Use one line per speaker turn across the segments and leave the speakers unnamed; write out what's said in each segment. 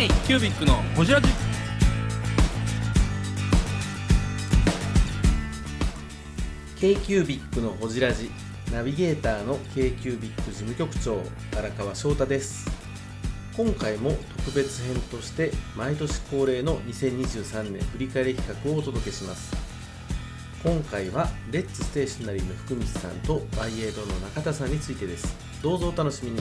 イキュービックのホジラジ
ー k ービックのほじラジナビゲーターの k ービック事務局長荒川翔太です今回も特別編として毎年恒例の2023年振り返り企画をお届けします今回はレッツステーショナリーの福光さんとバイエードの中田さんについてですどうぞお楽しみに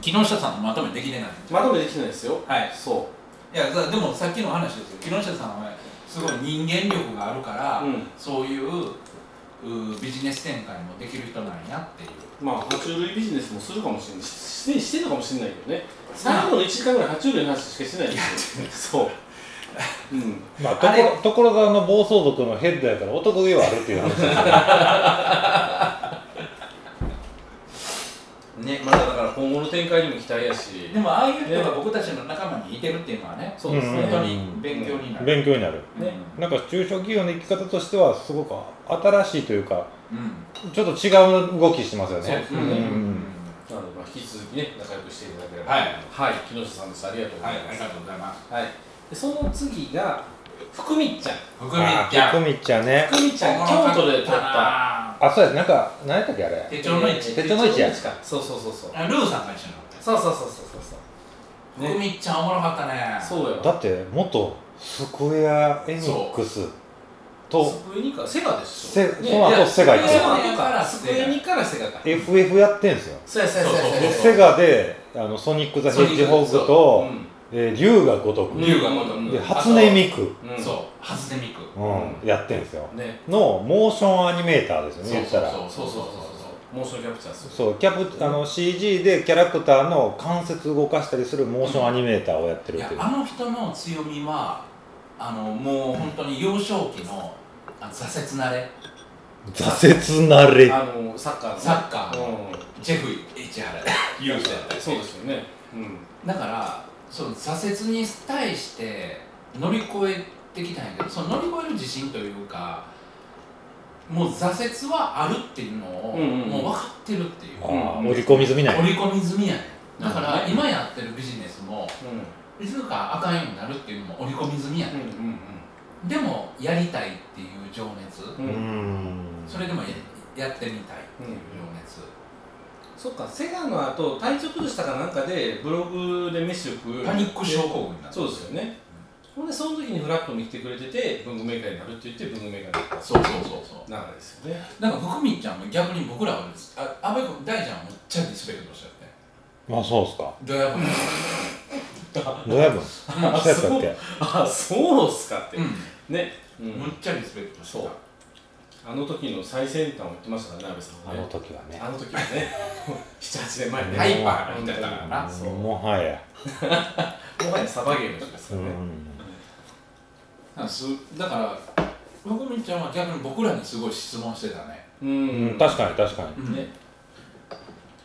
木下さんのまとめできてない
まとめできてないですよ
はい
そ
いやだでもさっきの話ですよ木下さんはすごい人間力があるから、
うん
そういううビジネス展開もできる人なんやっていう
うまあ爬虫類ビジネスもするかもしれないししてしてるかもしれないけどね
最
後の1時間ぐらい爬虫類の話しかしてないですよそううん
まあ、と
あれ
こ所沢の暴走族のヘッドやから男気はあるっていう話
ね、まあ、だから今後の展開にも期待やし、
でもああいう人が僕たちの仲間にいてるっていうのはね
そうですね
本当に勉強になる、
勉強になる
うん
ね
なんか中小企業の生き方としてはすごく新しいというか
うん
ちょっと違う動きしてますよ
そうで
ね
すね、
うんな
うん
ので、まあ、引き続きね、仲良くしていただければ。
はい
はい、木下さんです。ありがとうご
は
ざい
い
ま
ありが
す。はい、
とうございます
で、その次が、福みっちゃん。
福美
あ
ちゃん
ーみちゃんね
福みっちゃん、京都で立った。
あそうやなんか何やったっけあれ
手帳の位置
手帳の位置や
手か。そうそうそうそう。
あルーさんが一緒になった
そうそうそうそうそう。
福
ね、
美ちゃんおもろかったね
そうや
だ
わ。
って元スクエア・エニックスと
スクエニか、セガでしょ。
セ
ね
その後セガ行っ
いや
て
セガ
セガ
と
から
か、スクエニからセガか。
FF やってんすよ
そうやそうやそうや
そうそ
で
う
そう
セガであのソニック・ザ・ヘッジホークと、えー竜が如く、
竜が如く
で初音
ミ
ミク、
ク
そう初音ミク
うん
う
やってんですよ
う。ね。
のモーションアニメーターですよね言ったら
そう
そ
そうう
そう
そうそ
そう
う
そうモーションキャプチャーする
そうキャプあの CG でキャラクターの関節動かしたりするモーションアニメーターをやってる
い
っ
や
ていう
あの人の強みはあのもう本当に幼少期のあの挫折慣れ
挫折なれ
あのサッカーの
サッカー
うん
ジェフ市原勇者やったり
そうですよねうん
だからその挫折に対して乗り越えてきたんやけどその乗り越える自信というかもう挫折はあるっていうのを、
うんうんうん
もう分かってるっていう
あ
織
ー織り込み済みない
り込み済みやねんだか
なるほど
ら
ね
今やってるビジネスもいつかあかんようになるっていうのも織り込み済みやね
うんうん
んでもやりたいっていう情熱
う
うん
うん
ん
それでもややってみたいっていう情熱
そっかセガの後体調崩したかなんかでブログで飯を食う
パニック症候群になった
そうですよねほんでその時にフラットに来てくれてて文具メーカーになるって言って文具メーカーになった
そうそうそうそう
流れですよね
なんか福美ちゃんも逆に僕らはですあ安倍君大ちゃんはめっちゃリスペクトしちゃって
まあそうっすか
どうや
どうや ぶんそうやったっ
そう
け
あそうっすかって
うん
ねう
むっ
ん
ちゃリスペクトして
そうあの時の最先端を言ってましたからね安部さん
あ
はね
の時はね
あの時はね、7、8年前にね、
ハイパー
み
み
た
た
い
い
な
なの
のか
か
な、
な
そ
うん
う
もはや
もはやサバゲーの人です
う
よね。
ん
たなんかすだから福美ちゃんは逆に僕らにすごい質問してたね、
う
うん
ん
確かに確か
う
に
ん
ね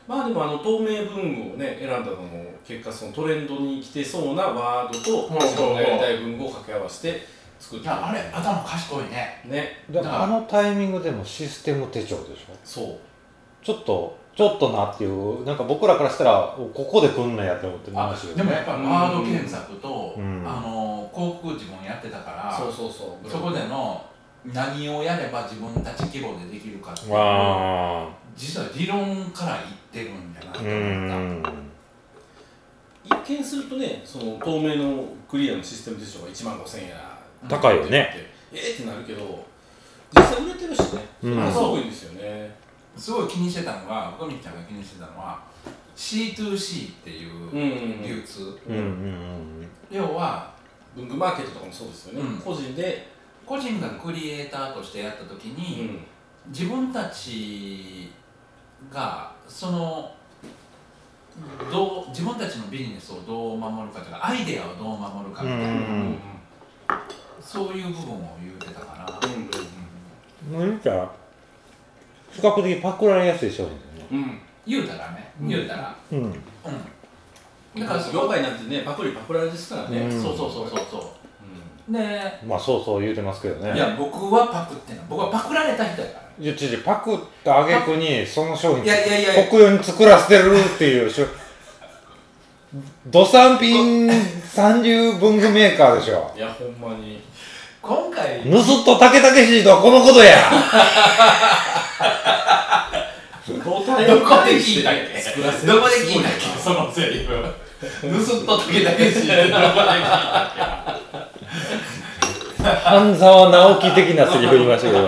まあでもあの透明文具をね選んだのも結果そのトレンドに来てそうなワードと
ほうほうほう
自分がやりたい文具を掛け合わせて作っ
い
て
やあれ頭賢いね
ね
であのタイミングでもシステム手帳でしょ
そう
ちょっとちょっとなっていうなんか僕らからしたらおここで来んのやって思ってま
あ
したけ
で
ど
も
ね
やっぱワード検索と、
うん
あの広告自分やってたから
そうそうそう
そこでの何をやれば自分たち規模でできるかっていう
わあ
実は理論から言ってるんじゃないか
う
なと思っ
ん
一見するとねその透明のクリアのシステム手帳が1万5000円や
高いよね
って言ってえっってなるけど実際売れてるしねそ
うん
れがすごいんですよね、
たすごい気にしてたのが福美ちゃんが気にしてたのは C2C っていう流
文
通、
うんうんうん
要は
具マーケットとかもそうですよね、
うん
個人で、
個人がクリエイターとしてやった時に、自分たちがそのどう自分たちのビジネスをどう守るかとかアイデアをどう守るかみたいな、
うん
そういう部分を言うてたかな、
うんうんなんか比較的パクられやすい商品だよね
うん
言うたらね、
うん
言うたら、
うん
うん、
だ
だ
か
からら
そ
そ
の業界なんてねパクリパクられですからね、
うん
そうそうそうそうそうで
まあそうそう言うてますけどね
いや僕はパクってない僕はパクられた人やからね
いや、違う違うパクった挙句に、その商品、
いやいやいやいや
国用に作らせてるっていうしょ、土産品30文具メーカーでしょ。
いやほんまに
今回
盗っ人竹竹しいとはこのことや
ど
どこで聞いたっけ
作らせ
どこで聞いたっけ
そのセリフ
盗っと時だけし
半沢直樹的なセリフ言いましたけど、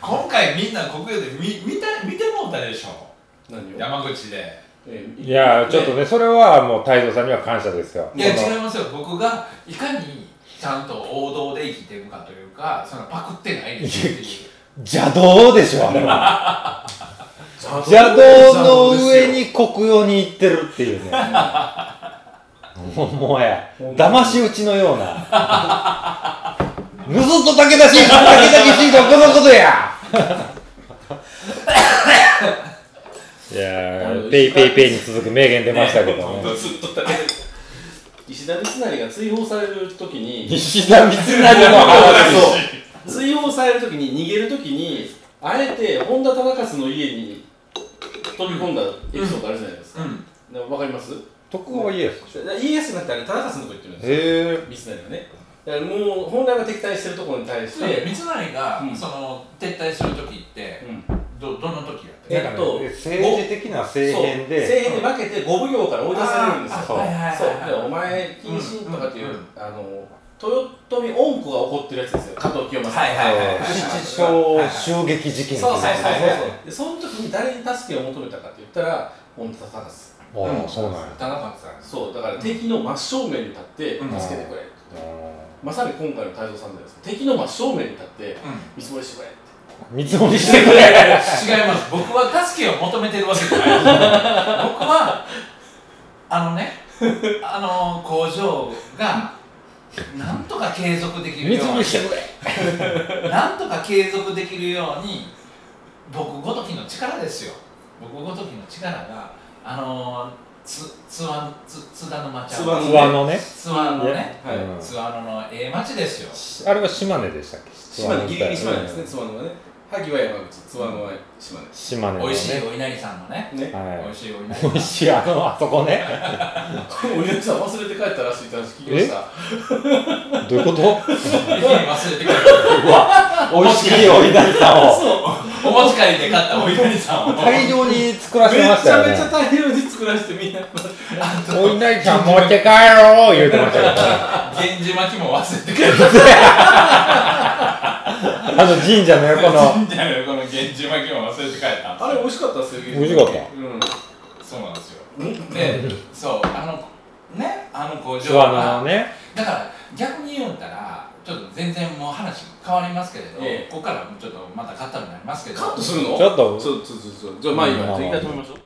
今回みんな国有で見見た見てもうたでしょ
何を
山口で
えー
いや、ちょっとね、それはもう太蔵さんには感謝ですよ。
いや
その
違いますよ僕がいかにちゃんと王道で生きてるかというかそのパクってないですっていう
邪道でしょ、あれは。邪道の上に国用に行ってるっていうね。もうもはや、騙し討ちのような。ぬずっと武田信玄、武田信玄はこのことやいや
あの
ー、ペイペイペイに続く名言出ましたけど
ほん
ね
と。ずっと食べてる石田三成が追放される時に
石田三成の話を。
追放される時に逃げる時にあえて本田忠勝の家に飛び込んだエピソードあるじゃないですか、
うん
なわかります
徳川家康でしょ
家康じゃなくてあれ忠勝のとこ行ってるんですよ
へ
三成がねだからもう本来は敵対してるところに対して、
で三成が、
うん
その撤退する時って
うん
どどの時やって
え。
えっと
政治的な政変で。
そう政変で負けて五奉行から追い出されるんですよ
あー
そう
はいはいはい
そうでお前謹慎とかっていう、
うんうん
あの豊臣恩子が怒ってるやつですよ加藤清正
はいはいはいはいはい
七章襲撃事件
そうそうそうそう
はいはいはい
でその時に誰に助けを求めたかって言ったら本田隆です
ああそうなんや
田中さんです
そうだから敵の真正面に立って
うん
助けてくれ、まさに今回の太蔵さんじゃないですか敵の真正面に立って
うん
見積もりしてくれって
見積もりしてくれ
違います僕は助けを求めてるわけじゃないです僕はあのねあの工場がなんとか継続できる
見
よ
積もりし
う
てくれ
になんとか継続できるように僕ごときの力ですよ僕ごときの力があのつつわつ津田沼ちゃん
津和
諏訪のね
津和のね
はい
うん
津和野のええ町ですよ
あれは島根でしたっけ
島根ギリギリ島根ですね
ね
妻のはね萩は山口妻のは島根
島根の
美
ね
味しいお稲荷さんのね
ね
美
は
味しいお稲荷
い
さん
美味しいあのあそこね
お稲荷さん忘れて帰ったらしいって話聞きました
どういうこと
いや忘れてくれ
うわ美味しいお稲荷さんを
お持ち帰りで買ったお稲荷さんを
大量に作ら
め
せ
ち
ました
ゃ
よ
めちゃ
ね
大量に作らせてみ んな
お稲荷ちゃん持って帰ろう言うてましたけどね
源氏巻きも忘れてくれた
あの神社の横の
神社のこの源氏巻きも忘れて帰ったんですよ
あれ美味しかったですよ
美味しかった
うん
そうなんですよでそうあのねあの工
諏
場
訪野
が
のね
だから逆に言うんだらちょっと全然もう話変わりますけれど、
ええ
ここからもうちょっとまたカットになりますけど
カットするの
ちょっと
ちょっとちょっとちょっとじゃあまあいいわじゃあ一回止めましょう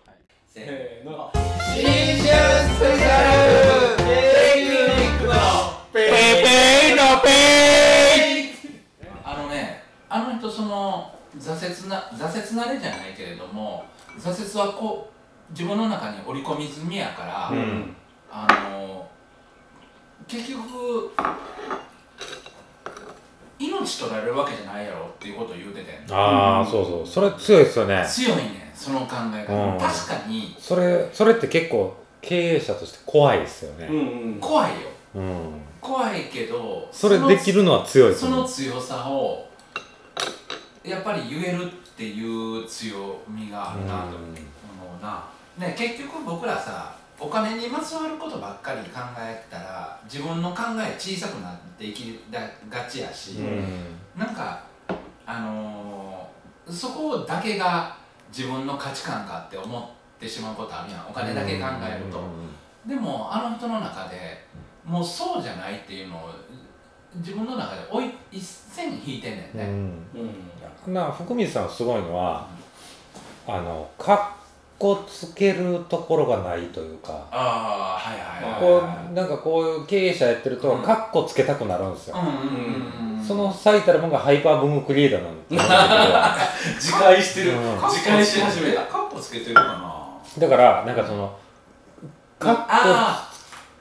せーの
せー
新
の
春スペシャルテクニックの
ペペのペ
あのね、あの人その挫折な挫折なれじゃないけれども、挫折はこう自分の中に織り込み済みやから、
うん
あの結局命取られるわけじゃないやろっていうことを言うてて、
ああそうそうそれ強いですよね
強いねその考え方。
うん
確かに
それそれって結構経営者として怖いですよ
う
ね
んうん
怖いよ、
うん、
怖いけど、
それ
の
できるのは強いです
その
ね
強さをやっぱり言えるっていう強みがあるなと思うな、ね、結局僕らさお金にまつわることばっかり考えたら自分の考え小さくなっていきがちやし、
うん
なんかあのーそこだけが自分の価値観かって思ってしまうことあるやんお金だけ考えると。でもあの人の中でもうそうじゃないっていうのを自分の中でおい一線引いてんねん
う
ね、
ん
うん
な福光さんすごいのはあのかっこつけるところがないというか
ああはいはいはい
こ
は
うなんかこういう経営者やってると
うん
かっこつけたくなるんですよ、
いうんうんうんうん
その最たるものがハイパーブームクリエイターなん ですけ
自戒してる
うん
カッコつ
自
け
戒し始めた
カッコつけてるかな
どだからなんかそのかっこ
あ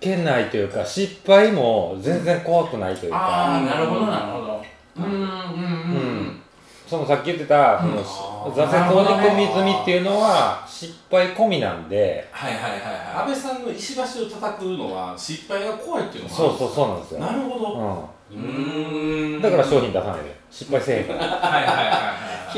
いけないというか失敗も全然怖くないという
ー
か
あーなるほどなるほどうんうんうん、
うんそのさっき言ってた、そ
うん
の
あー
挫折織り込み済みっていうのは失敗込みなんで、
はいはいはいはい
安倍さんの石橋を叩くのは失敗が怖いっていうのがある
そうそうそうなんですよ。
なるほどうー
うんん、だから商
う
品出さないで、失敗せえへんから。
はいはいはい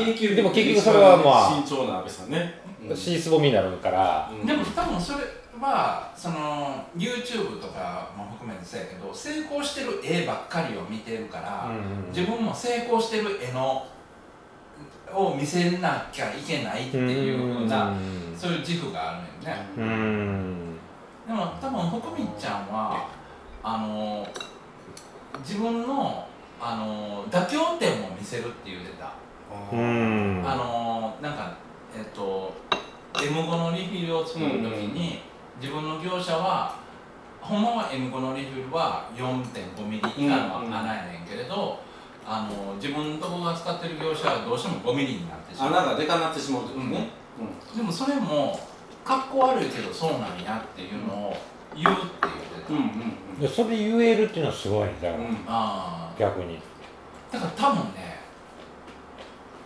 は い
経験
でも結局それはまあ
慎重な安倍さんね、うん
シースボミになるから、
う
でも多分それはその YouTube とかも含めてそうやけど成功してる絵ばっかりを見てるから、自分も成功してる絵のを見せなきゃいけないっていうふうな、
ん
そういう自負があるのよね、
う
うん
ん
でも多分福光ちゃんはあの自分のあの妥協点も見せるって言ってた、
う
うん
ん
あのなんかえっと M5 のリフィルを作る時に、自分の業者はほんまは M5 のリフィルは 4.5mm 以下の穴やねんけれど、あの自分のとこが使ってる業者はどうしても 5mm になってしまう
穴がでかなってしまうってことね、
でもそれもかっこ悪いけどそうなんやっていうのを言うって言ってた、
うん、うんうん
いやそれ言えるっていうのはすごいんだよ、
うん
ああ
逆に
だから多分ね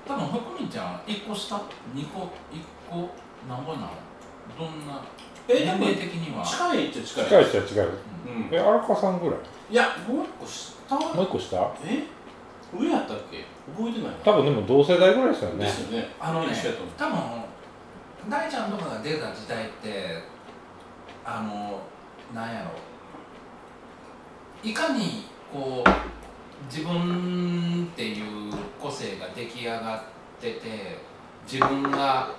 多分福美ちゃんは1個下2個1個何個なのどんな
え
年
でも
齢的には
近いっちゃ近い
近い人は違う
うん
え荒川さんぐらい
いやもう一個下
もう一個下
え上やったっけ覚えてない
多分でも同世代ぐらいですよね
ですよね
あのね
一緒やと思う
多分大ちゃんとかが出た時代ってあのなんやろいかにこう自分っていう個性が出来上がってて自分が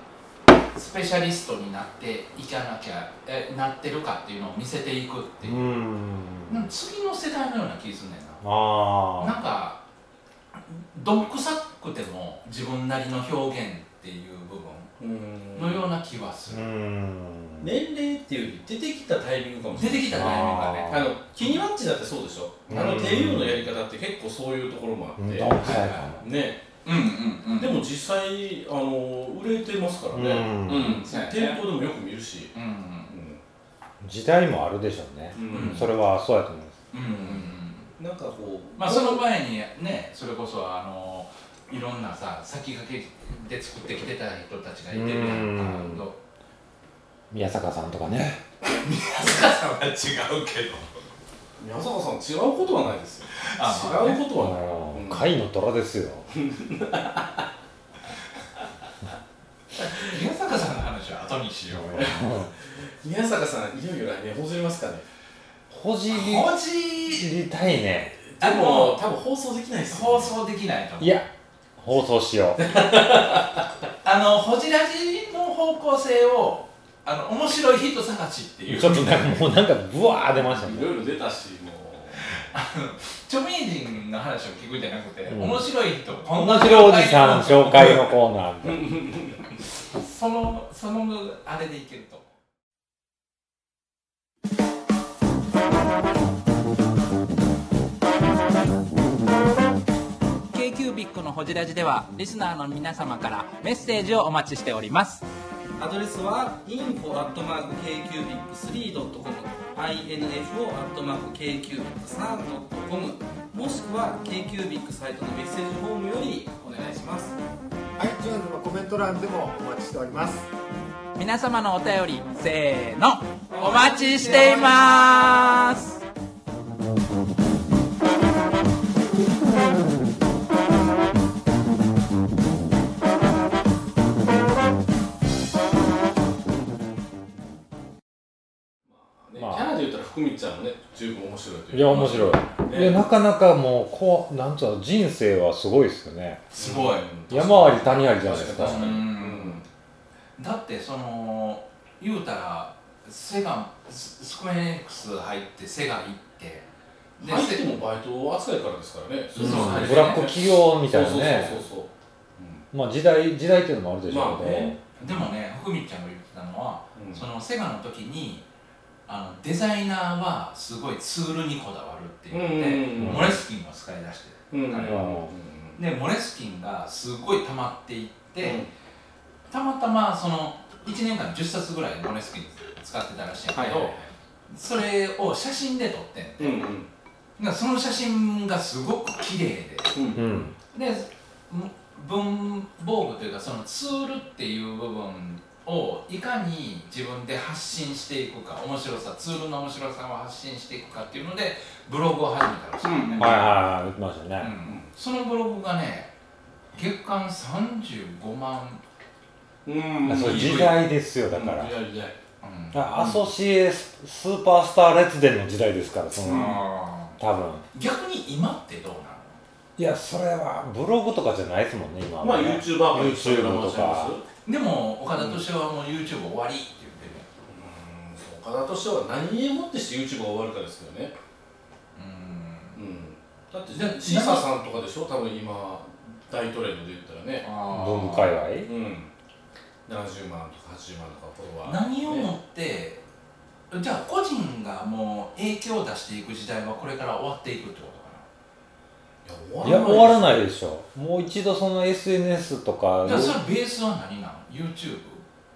スペシャリストになっていかなきゃえなってるかっていうのを見せていくって
う
いう、
ん
なんか次の世代のような気すんねんな。
あ
なんかどんくさくても自分なりの表現っていう部
うん
分のような気はす
ーう
る、
ん
年齢っていうより出てきたタイミングかもし
出
れない
てきたタイミングがね
あのキニマッチだってそうでしょあの
うん
帝王のやり方って結構そういうところもあっ
うん
て
どんくさいか
ね
うんうんうん
でも実際あの売れてますから
も
ね
うん
うんそうやね
店頭でもよく見るし
うんうん
時代もあるでしょうね
う、ん
うん
それはそうやと思います
うんうんうん
なんかこう
まあその前にねそれこそあのいろんなさ先駆けで作ってきてた人たちがいてるやんか
うん
ど
宮坂さんとかね
塚さんは違うけど
宮坂さん違うことはないですよ
あまあね
違うことはない
うん貝の虎ですよ
宮坂さんの話は後にしようよ
宮坂さんいよいよ来年ほじりますかね
ほじり
文字
知りたいね
で
でも
も
多分放送できないですよ
放送できないと思う
いや放送しよう
あの、ほじらじの方向性を、あの、面白い人探しっていう。
ちょっとなんかもうなんかブワー出ました
い
ね
ろいろ出たしもう
著名人の話を聞くんじゃなくて、
うん
面白い人、こんな
面白いおじさん紹介のコーナーみたいな
その、その、あれでいけると。k q b i c のほじらじではリスナーの皆様からメッセージをお待ちしております
アドレスは info.kcubic3.com info.kcubic3.com もしくは KQBIC サイトのメッセージフォームよりお願いします
iTunes のコメント欄でもお待ちしております
皆様のお便りせーのお待ちしています
ね
まあ
キャラで言ったら福光ちゃんもね十分面白いという
いや面白い、
ね
いやなかなかもうこうなんつうの人生はすごいですよね
すごい
山あり谷ありじゃないですか
確か
う
に
んだってその言うたらセガススクエアエニックス入ってセガ行ってで
入って
セ
もバイト扱いからですからね
そうそう
ブラック企業みたいな
そう
ね
そうそう
まあ時代時代っていうのもあるでしょうけど、
まあね
でもね福光ちゃんが言ってたのは、
うん
そのセガの時にあのデザイナーはすごいツールにこだわるって言って、
うんうんうん
モレスキンを使い出して
そううんうん
彼
は
でモレスキンがすごい溜まっていって、
うん
たまたまその1年間10冊ぐらいモレスキン使ってたらしいんだ
はい
け
はい
ど、
はい
それを写真で撮ってん
うんうん
だからその写真がすごく綺麗で
うん
うん
で文房具というかそのツールっていう部分をいかに自分で発信していくか面白さツールの面白さを発信していくかっていうのでブログを始めたらしい、
うん
はいはいはい、言ってました
う
ね。
んそのブログがね月間35万、
うん
あそ
そう
う
い
時代ですよ、だ
だか
からら
い。やいや
うん
あアソシエススーパースター列伝の時代ですから、その、
あ
多分。
ー逆に今ってどうなの
いや、それはブログとかじゃないですもんね、今はね。
まあ YouTuber が
YouTube とか。
でも岡田敏夫はもう YouTube 終わりって言ってる
岡田としては何をもってして YouTube が終わるかですよね、
うん
うん、だって
で
シーサーさんとかでしょ多分今大トレードで言ったらね
あー
文化界
うん70万とか80万とかフォロワー
何をも
ね
って、じゃあ個人がもう影響を出していく時代はこれから終わっていくってことか
隈いや、終わら
い
ないでしょ。もう一度その SNS とか
な、じゃあそれベースは何なの ?YouTube?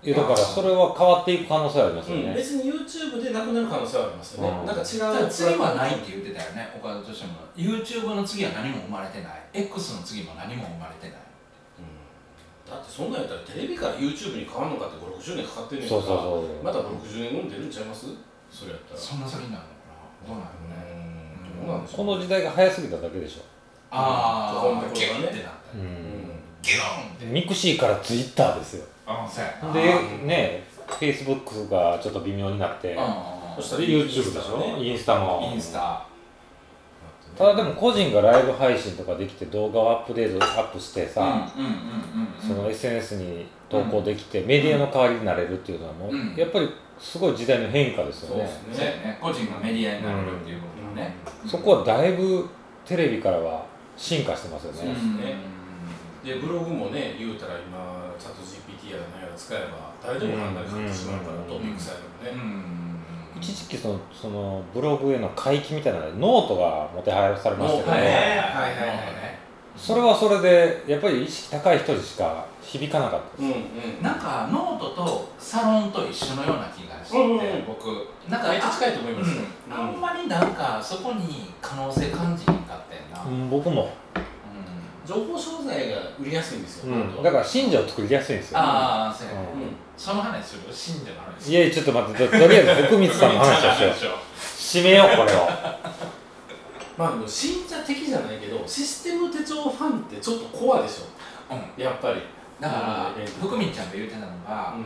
いやだからそれは変わっていく可能性はありますよ
うん、
ね、
別に YouTube でなくなる可能性はありますよね、
うん
なんか違う
だから次はないって言ってたよね岡田敏夫も YouTube の次は何も生まれてない X の次も何も生まれてない
うんだってそんなんやったらテレビから YouTube に変わるのかって5 60年かかってんねんか
そ
ら
うそうそう
また5 60年後に出るんちゃいますそれやったら
そんな先になるのかなどうなるのね
うんどうなんでしょ
こ
う
の時代が早すぎただけでしょ、
あ
うん
あギュンってなった
う
うん
ギュンって
ミクシーからツイッターですよ
ああそうやな
で
うん
ねフェイスブックがちょっと微妙になって、
うん
そしたら
で YouTube でしょ、インスタも
インスタ
ただでも個人がライブ配信とかできて動画をアップデートアップして
うんうん
さ、
うん
そ
うんうん
の SNS に投稿できて、メディアの代わりになれるっていうのはもう、
うん
やっぱりすごい時代の変化です
そ
よ
う
ね
です
そうや
ね
ね個人がメディアになるっていうことだね、
そこはだいぶテレビからは進化してますよね、
そうですねでブログもね言うたら今チャット GPT やら何やら使えば誰でも簡単に書いてしまうから
うん
トピックサイド
う
もね
ん
一時期そのそのブログへの回帰みたいなのでノートがもてはやされましたけど、
はい
ノートね
はいはいはい
それはそれでやっぱり意識高い人にしか響かなかった
うん
で
う
す、
ん
なんかノートとサロンと一緒のような気がして、
うんうん
僕なんか
めっちゃ
あ
近いと思いますよ
うんあんまりなんかそこに可能性感じにかってんな、うん
うん僕も、
情報商材が売りやすいんですよ本当は
だから信者を作りやすいんですよ、
ああそうや、ね
う
その話する信者の話
ん、いやいやちょっと待ってととりあえず福光さんの話をしよう
しよう
締めようこれを
まあでも信者的じゃないけどシステム手帳ファンってちょっとコアでし
うん
ょやっぱり
だから
うん
福民ちゃんが言ってたのが、
う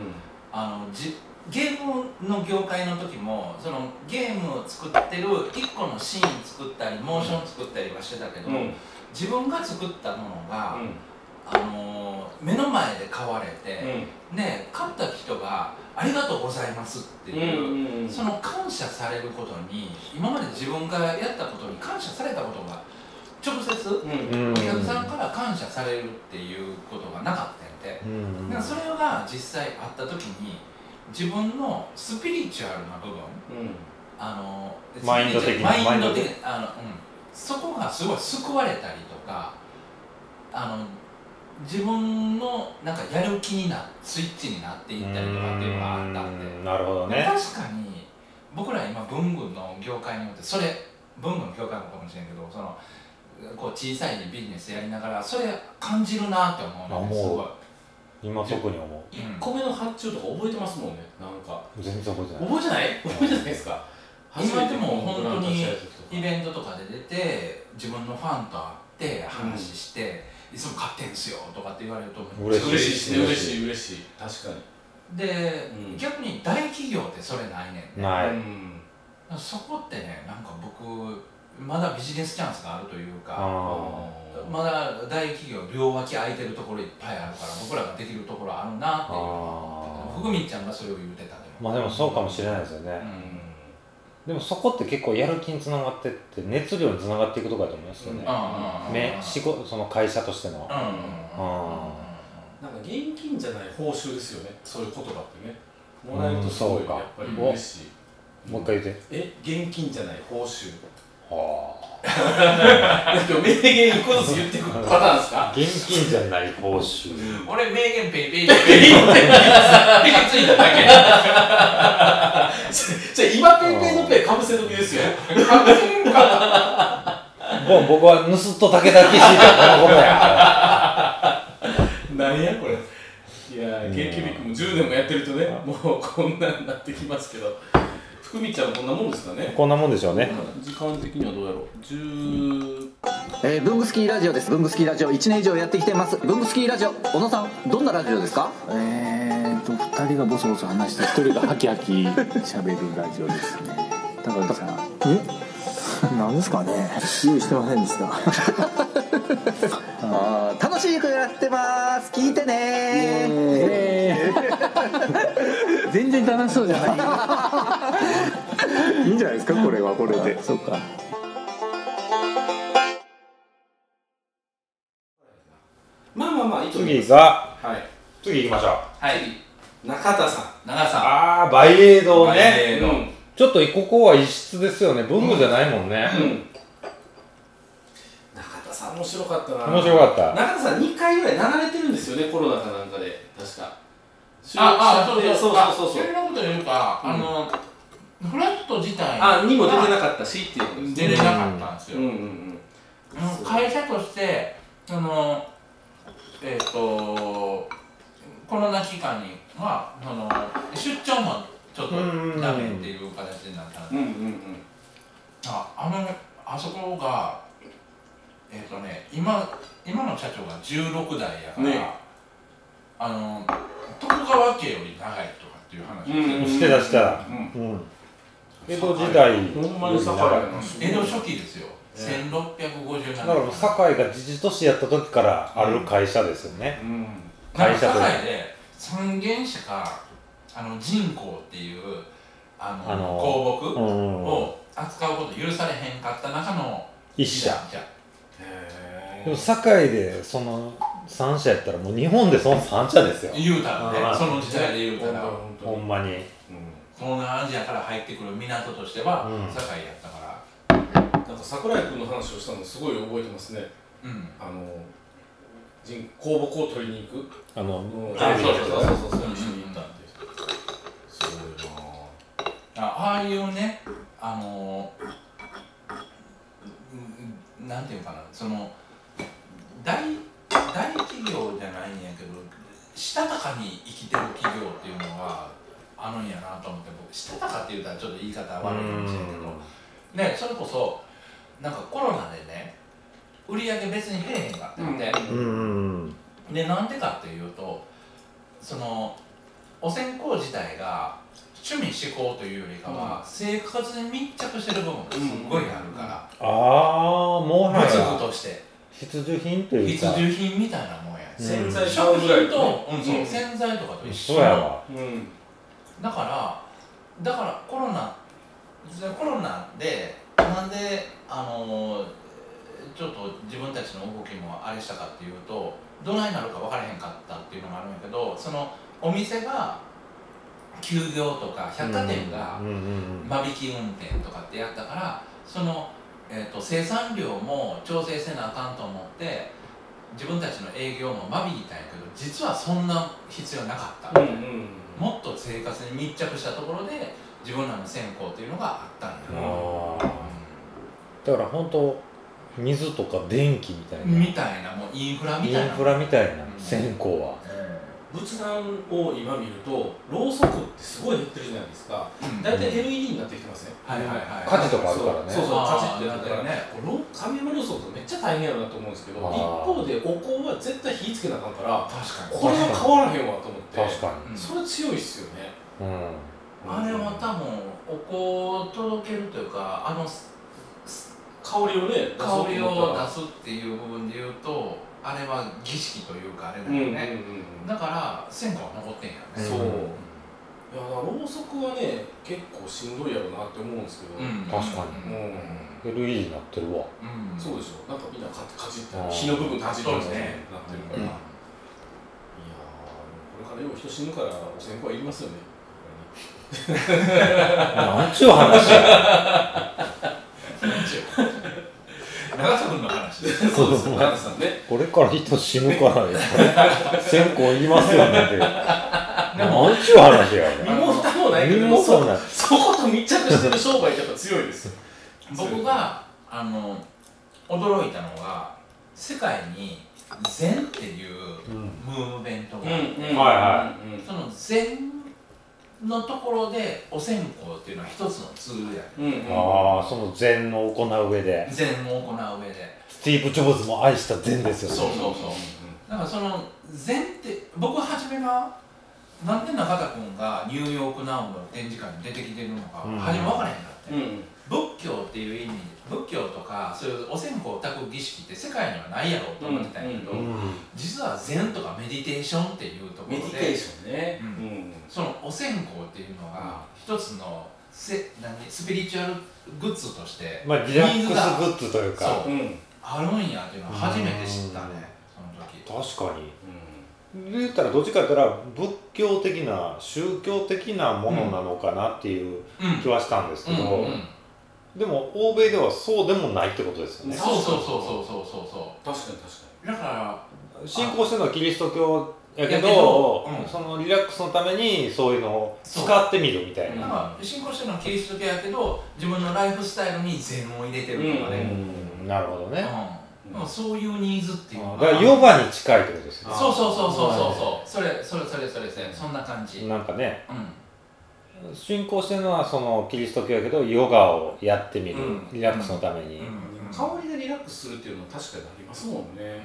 あのじゲームの業界の時もそのゲームを作ってる1個のシーン作ったりモーション作ったりはしてたけど、
んうん
自分が作ったものが、あのー目の前で買われて、ね買った人が「ありがとうございます」っていう、
うん
その感謝されることに今まで自分がやったことに感謝されたことが直接
うん
うん
お客さんから感謝されるっていうことがなかったんで。
うん
だからそれが実際あった時に自分のスピリチュアルな部分
うん
あの
マインド的な
マインド
マインド
的なあの、うん、そこがすごい救われたりとかあの自分のなんかやる気になスイッチになっていったりとかっていうのがあったんで
うんなるほどね
確かに僕ら今文具の業界におってそれ文具の業界もかもしれんけどそのこう小さいビジネスやりながらそれ感じるなって思うのです
思う
ごい。
今特に思
うん
1個目の発注とか覚えてますもんねなんか
う全然覚えてない
覚えてない覚えてないですか
今でも本当にイ
ン
ベントとかで出て自分のファンと会って話して、いつも買ってんすよとかって言われると思
嬉
嬉
し
し
い
いですね
嬉
嬉
し
しい嬉しい確か
で、
うん
逆に大企業ってそれないねんね
ない、
にうん
そこってねなんか僕まだビジネスチャンスがあるというか、
あ
ま
まだ大企業両脇空いてるところいっぱいあるから僕らができるところあるなっ
ー
ていう
あ
福民ちゃんがそれを言うてたで
ーまあでもそうかもしれないですよね、
う
あ
ん
でもそこって結構やる気につながってって熱量につながっていくとこだと思いますよね、
うんうん
ね仕事その会社としての
うんうんうん
なんか現金じゃない報酬ですよねそういう言葉ってねもらえるとすご
う
い
ん
や
そ
っ
うか
ぱり嬉しい
もう一回言って、
え現金じゃない報酬
は
今日名言一個ずつ言っていくパターンですか
あ現金じゃない報酬
俺名言ペイペイペイペイって火ついただけ
じゃあ今ペイペイのペイかぶせ時ですよ
もう僕は盗っ人だけだけしいとこのことや
なんやこれいやーケーキビックも10年もやってるとねもうこんなんなってきますけど福美ちゃんもこんなもんですかね
こんなもんでしょうね。
時間的にはどうやろう10
えー、ブングスキーラジオですブングスキーラジオ1年以上やってきてますブングスキーラジオ小野さんどんなラジオですかえーと2人がボソボソ話して1人がハキハキ喋るラジオですね高橋さんえなんですかね用意してませんでした あー楽しい曲やってます聞いてね全然楽しそうじゃ ないいいんじゃないですかこれはこれでそうか
まあまあまあいいと思いま
次
す
が、
はい
次行きましょう。
はい
中田さ
長さ
あー、バイエー
ん
ド
バイ
ね。
エー
ん
ド
うん
ちょっとここは異質ですよね。文具じゃないもんね。
中田さん面白かったな
面白かった。
中田さん2回ぐらいなられてるんですよねコロナかなんかで確か
ああそうそう
そうそうそうそう
あいろんなこと言うか、あのフラット自体
あにも出て
か
なかったしっていうことです
出れなかったんですよ、
うんうんうん
うん会社としてそのえっ、とコロナ期間にはその出張もちょっとダメっていう形になったんで
うんうんうん
ああのあそこがえっ、とね今今の社長が16代やから、
ね
あの徳川家より長いとかっていう話をしてる、
うん
してたしてた。
うん
うん。江戸時代。
ほんまに酒井やなすごい
江戸初期ですよ、1657年
だから堺が自治都市やった時からある会社ですよね、
うん
なん
会
か
社という
堺で三軒しかあの人工っていうあの、
あの
香木
うん
を扱うこと許されへんかった中の
一社
じゃ
へ
で
ー
も堺でその3社やったらもう日本でその3社ですよ
言うたらね
あー
その時代で言うたら
本当
ほ
に
んまに
東南アジアから入ってくる港としては
うん
堺やったから
なんか桜井君の話をしたのすごい覚えてますね
うん
あの人公募を取りに行く
あの
うん
あそう
そうそうそうそう一緒に行ったってすごいなぁ
あああいうねあのーうんなんていうかなその大大企業じゃないんやけどしたたかに生きてる企業っていうのはあるんやなと思って僕したたかって言うたらちょっと言い方悪いかもしれんけどねそれこそなんかコロナでね売り上げ別に減れへんかったって、
うんうん
でなんでかっていうとそのお線香自体が趣味嗜好というよりかは、生活に密着してる部分がすっごいあるから、
ああもは
物具
や
として
必需品という
必
か
需品みたいなもんや、
うん
洗剤
食
ぐらい
品と、うんそう
うん
洗剤とかと一緒
そうやわ
うん
だからだからコロナコロナでなんであのちょっと自分たちの動きもあれしたかっていうとどないなるか分からへんかったっていうのもあるんやけどそのお店が休業とか百貨店が
うんうん
間引き運転とかってやったからその、えー、と生産量も調整せなあかんと思って自分たちの営業も間引いたんやけど実はそんな必要なかったみたいな。もっと生活に密着したところで自分らの線香というのがあったんだ
うん
よ、
あーだから本当水とか電気みたい
うん
な
みたいなもうインフラみたいな
インフラみたいな
うん
線香は
仏壇を今見るとろうそくってすごい減ってるじゃないですか
うん
大体
うん
LED になってきてますね
はいはいはい
火事とかあるから
そう
ね
そうそう
あー
カチッてなってるから
な
ね
る
こう紙山ろうそくってめっちゃ大変やろうなと思うんですけど一
あー
方でお香は絶対火つけなあかんから
確かに
これは変わらへんわと思って
確か
うん
それ強いっすよね
にう
あ
ん
れは多分お香を届けるというかあのすす
香りをね出
香
そうと思ったら
りを出すっていう部分で言うとあれは儀式というかあれだよ
うんうんうん
ね、だから線香は残ってんやね
そう
う
い
ん
やだからろうそくはね結構しんどいやろうなって思うんですけど
うん
確か
に
うん
LED になってるわ
うん
そうでしょなんかみんなカチカチって
あー
火の部分カチッて
そう
なっ
です
てる
ね
から、いやーこれからよう人死ぬからお線香はいりますよね
なんちゅう話や
長瀬君の話です
そうです
お母さんね
これから人死ぬからやから線香いりますよねってなんちゅう話や
身
ね
も蓋もないけど
身も蓋もない
そそこと密着してる商売ってやっぱ強いですよ
僕があの驚いたのが世界に禅っていうムーブメントがあって、
うんうん
はいは
うんうん
その禅のところでお線香っていうのは一つのツールやね
うんうん
ああその禅を行う上で
禅を行う上で
スティーブ・ジョブズも愛した禅ですよね
そうそうそうだからその禅って僕初めがなんで中田君がニューヨークナウの展示会に出てきてるのか
うん
初め分からへんかった
うんうん
仏教っていう意味仏教とかそういうお線香を焚く儀式って世界にはないやろうと思ってたんやけど、
うん
うん
実は禅とかメディテーションっていうところ
メ
で
ディテーションね
う
うん
そのお線香っていうのが一つのせ何スピリチュアルグッズとして
まあリラックスグッズというか
そ
うん
あるんやっていうのは初めて知ったねその時
確かにで言ったらどっちか言ったら仏教的な宗教的なものなのかなっていう
うん
気はしたんですけど、
うんうん
でも欧米ではそうでもないってことですよね
そうそうそうそうそうそうそ
確かに確か
うだから
信仰してるのはキリスト教やけど
やけどうん
そのリラックスのためにそういうのを使ってみるみたい
な
な、
んか信仰してるのはキリスト教やけど自分のライフスタイルに禅を入れてるとか
う
ね、
んなるほどね、
うんまあ、そういうニーズっていう
あ
の
ーだからヨガに近いってことですね
そうそうそうそうそうそう、それそれそれそれそんな感じ、うん
なんかね信仰してるのはそのキリスト教やけどヨガをやってみる、
うん
リラックスのために、
に香りでリラックスするっていうのは確かにありますもんね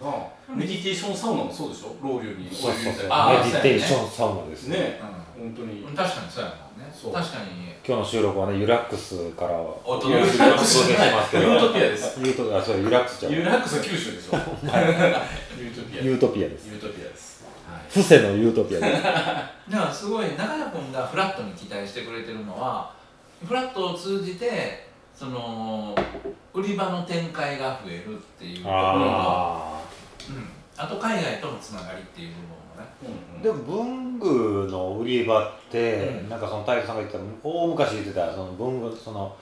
う
あるなメディテーションサウナもそうでしょ老流に
そうそうそうメデ
あー
ィテーションサウナですね
ね
んうん
本当に
うん確かにそうやもんね
そう
確かに
今日の収録はねユラックスから
お
ユラ
届
ッ
け
ク
し
ス
てます
お届けしますけど
ユートピアです
ユートピアあそうユラックスじゃん
ユーラックスは九州でしょユートピア
ユートピアです
ユートピアですはい
布施のユートピアで
だ
す
からすごい中田君がフラットに期待してくれてるのはフラットを通じてその売り場の展開が増えるっていうところと
あ
うん、あと海外とのつながりっていう部分もね
うんうん
でも文具の売り場って、
うん
なんかその太陽さんが言ってた大昔言ってたその文具その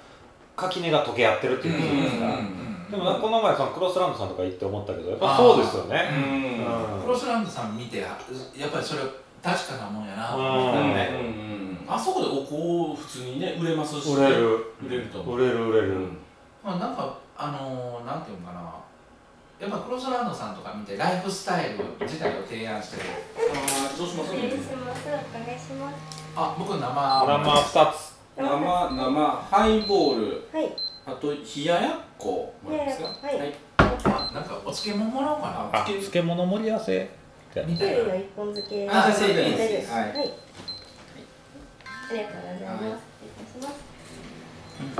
垣根が溶け合ってるっていうことですか、
うんうん
でもなんかこの前そのクロスランドさんとか行って思ったけどやっぱそうですよね
うん
うん
クロスランドさん見てややっぱりそれ確かなもんやな
うん
思ったね
うんあそこでお香普通にね売れますしね
売れる
売れると思う
売れる売れる、
まあなんかあのー、なんていうのかなやっぱクロスランドさんとか見てライフスタイル自体を提案してる
あーどうします
お願いします。お願いします。
あ僕生
生2つ
生生ハイボール
はい。
あと冷ややっこもらえますか
冷ややっこはい
あなんかお漬物もらおうか
あ漬物盛り合わせみたいな
なみ
キ
たい
ュウリ
な
の一本漬け。
あじゃあ
大
それでいい
丈夫
で
ですす。
は
はいい。ありがとうございます。失礼いたします。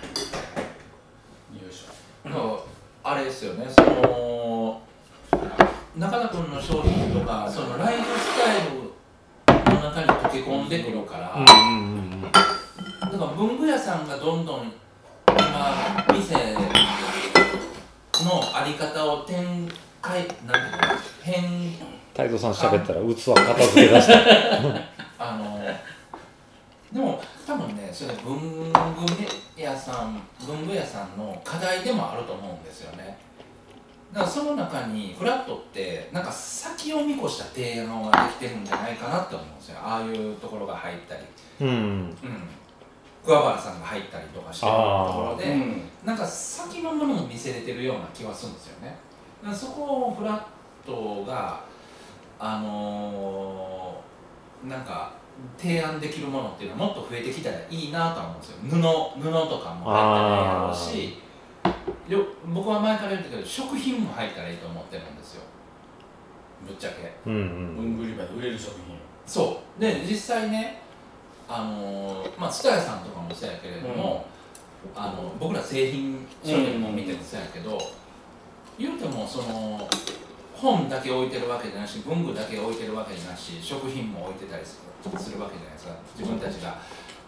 よいしょ
そうあれですよねその中田君の商品とかそのライフスタイルの中に溶け込んでくるから、
う
だか
んうんうんうん
ら文具屋さんがどんどん今店のあり方を展開なんていうの変
太蔵さん喋ったら器片付け出した
あのでも多分ねそれ文具屋さん文具屋さんの課題でもあると思うんですよねだからその中にフラットってなんか先を見越した提案ができてるんじゃないかなって思うんですよああいうところが入ったり、
うん
うん、桑原さんが入ったりとかしてるところで、
うん
なんか先のものを見せれてるような気はするんですよね。だからそこをフラットが、あのーなんか提案できるものっていうのはもっと増えてきたらいいなとは思うんですよ。布布とかも入ったらいいやろうしよ僕は前から言ってたけど食品も入ったらいいと思ってるんですよ。ぶっちゃけ。
うんう
文
ん
具売り場で売れる食品
そうで実際ねあのーまあ蔦屋さんとかもそうやけれども、あの僕ら製品商品も見てもそうやけど、言うてもその本だけ置いてるわけじゃないし文具だけ置いてるわけじゃないし食品も置いてたりするするわけじゃないですか自分たちが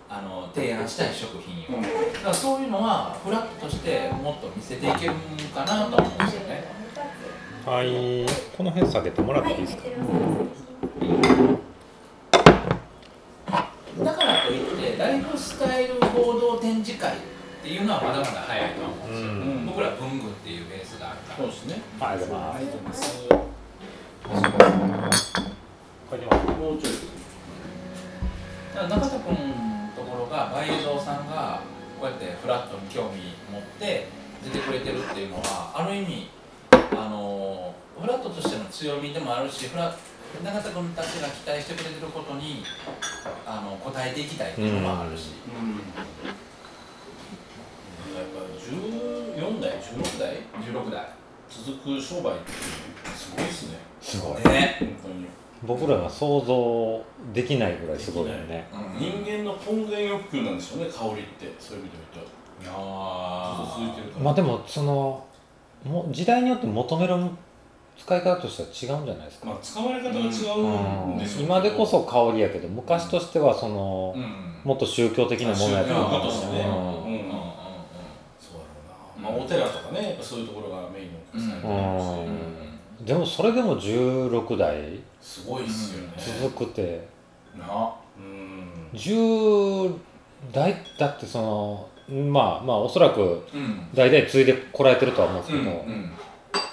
あの提案したい食品を、
うん
だからそういうのはフラットとしてもっと見せていけるかなと思うんですよね
はいこの辺下げてもらっ
は
てい
い。
いですか
失礼します
だからといってライフスタイル行動展示会っていうのはまだまだ早いと思うんですよ、
うん
僕ら文具っていうベースがあるから
そうですね
はい出ま
入ってます
す出ます
もうちょい
だから中田君のところが外遊堂さんがこうやってフラットに興味持って出てくれてるっていうのはある意味あのフラットとしての強みでもあるしフラ永田君たちが期待してくれてることにあの応えていきたいっていうのもあるし、
うんやっぱ14代16代
16代
続く商売ってすごいっすね
すごい
ね、
本当に
僕らが想像できないぐらいすごいよね
うん、
人間の根源欲求なんでしょうね香りってそういう意味で言うとずっと
あ
続いてるから、
まあでもそのも時代によって求める使い方としては違うんじゃないですか、
まあ、使われ方が違うんでしょうけど
今でこそ香りやけど昔としてはその、
うんうん
もっと宗教的なものやったのか
あ宗教としてね
うん
うん
うんうん
そうだろうな、まあ、お寺とかねやっぱそういうところがメインのお客さんやと思うし
うん
でもそれでも16代
すごいっすよね、
続くて
な
うん
10代だってそのまあまあおそらく
うん
代々継いでこられてるとは思うんで
う
すけ
ん
ど、
うん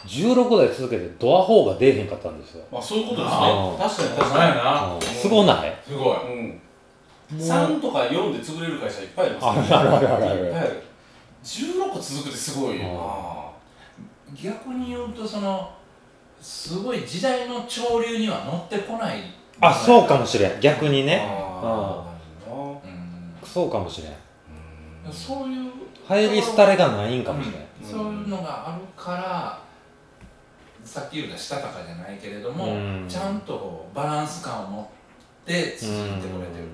16代続けてドアホーが出えへんかったんですよ、
まあそういうこと
あ
ですね確かに確
そうや
か
な
うんすごない
すごい
に、うん、
もう
3とか4で潰れる会社いっぱいあります
あるあるあるあるあ
いっぱい
る
ある16個続くってすごいよな
逆に言うとそのすごい時代の潮流には乗ってこない
あそうかもしれん逆にね
あーなるほ
うん
そうかもしれん
どな
そういう
入り廃れがないんかもしれん、
うんそういうのがあるからさっき言ったしたたかじゃないけれども、
うん
ちゃんとバランス感を持って続いてくれてるっ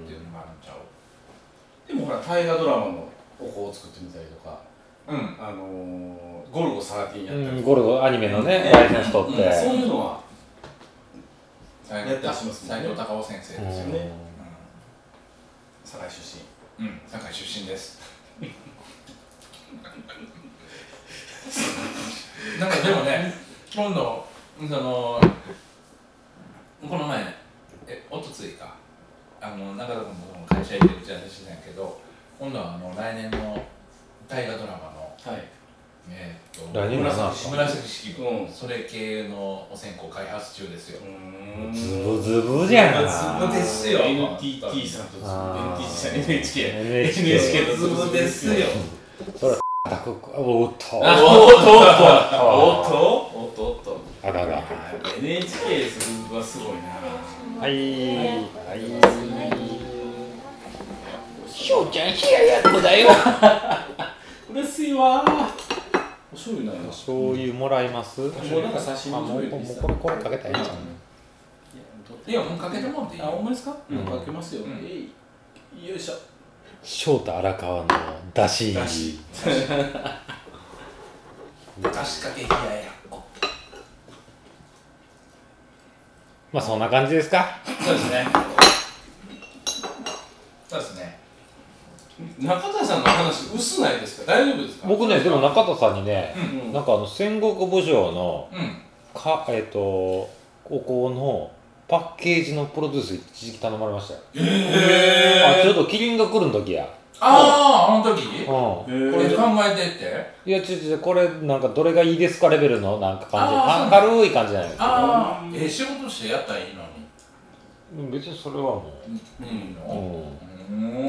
ていうのがあるんちゃう
でもほら大河ドラマのお香を作ってみたりとか
うん
あのー、ゴルゴ13やったりとか、
うんゴルゴアニメのね、
ね
ライセンス取って、
うん
そういうのは
斉
やったりしますもんね
藤孝夫先生ですよね、
堺出身
うんうん、堺出身ですなんかでもね今度そのこの前えおとついかあの中田君僕も会社行って打ち合わせしてたんやけど今度はあの来年の大河ドラマの
はい
えー、っと
来年のなんすか
紫式部、
うん
それ系のお線香開発中ですよ
うん
ズブズブじゃん
ズブですよ
NTT さんと
あー
NTT さん NHK
NHK
NHK と
ズブですよ
それたくおっと
あ
あ
おっとおっとおっとおっとおっと
らら
あやっぱ NHK ですはすごいな
はいはい
嬉しいわお醤油ないな
醤油もらいますも
もうなんか刺身
あ
の
も
醤油
う
でいう
も
い
これこれかけたらいいじゃん
いやもうかけてもらっていい
あ、
よ
ほんまですか、
うん
かけますよ、
うん
えいよいしょ
翔太荒川のだし
だし
出しかけ冷ややっこ
まあそんな感じですか
そうですねそうですね
中田さんの話薄ないですか大丈夫ですか
僕ねでも中田さんにね
う、ん
なんかあの戦国武将の
うん
かえっ、とお香のパッケージのプロデュース一時期頼まれましたよ
え
あちょ
ー、
うどキリンが来る時や
あああの時
うん
これ考えてって
いやちょちょこれなんかどれがいいですかレベルのなんか感じ
あー
か軽い感じじゃないですか
ああえー仕事してやったらいいのに
別にそれはも、
いいう
う
の
ん
うん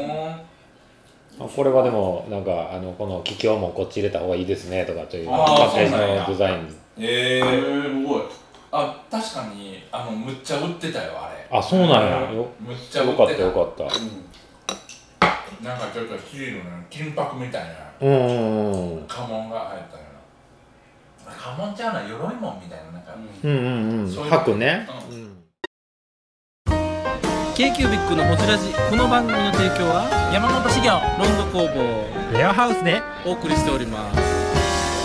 あこれはでもなんかあのこの気境もこっち入れた方がいいですねとかというパ
あー
ッケージ
そうなんや
のデザイン
え
え
ー、
ー、すごい
あ確かにあのむっちゃ売ってたよあれ
あそうなんやよ
むっちゃ売
よかっ
ったてた
よかった
なんかちょっとシールの金箔みたいな
うんうんうんうん
家紋が入ったような家紋ちゃうな鎧門みたいななんか、
うんうんうん
そういう
吐くね
う
うん
k q b i c のホジラジこの番組の提供は山本資源ロンド工房
レアハウスで
お送りしております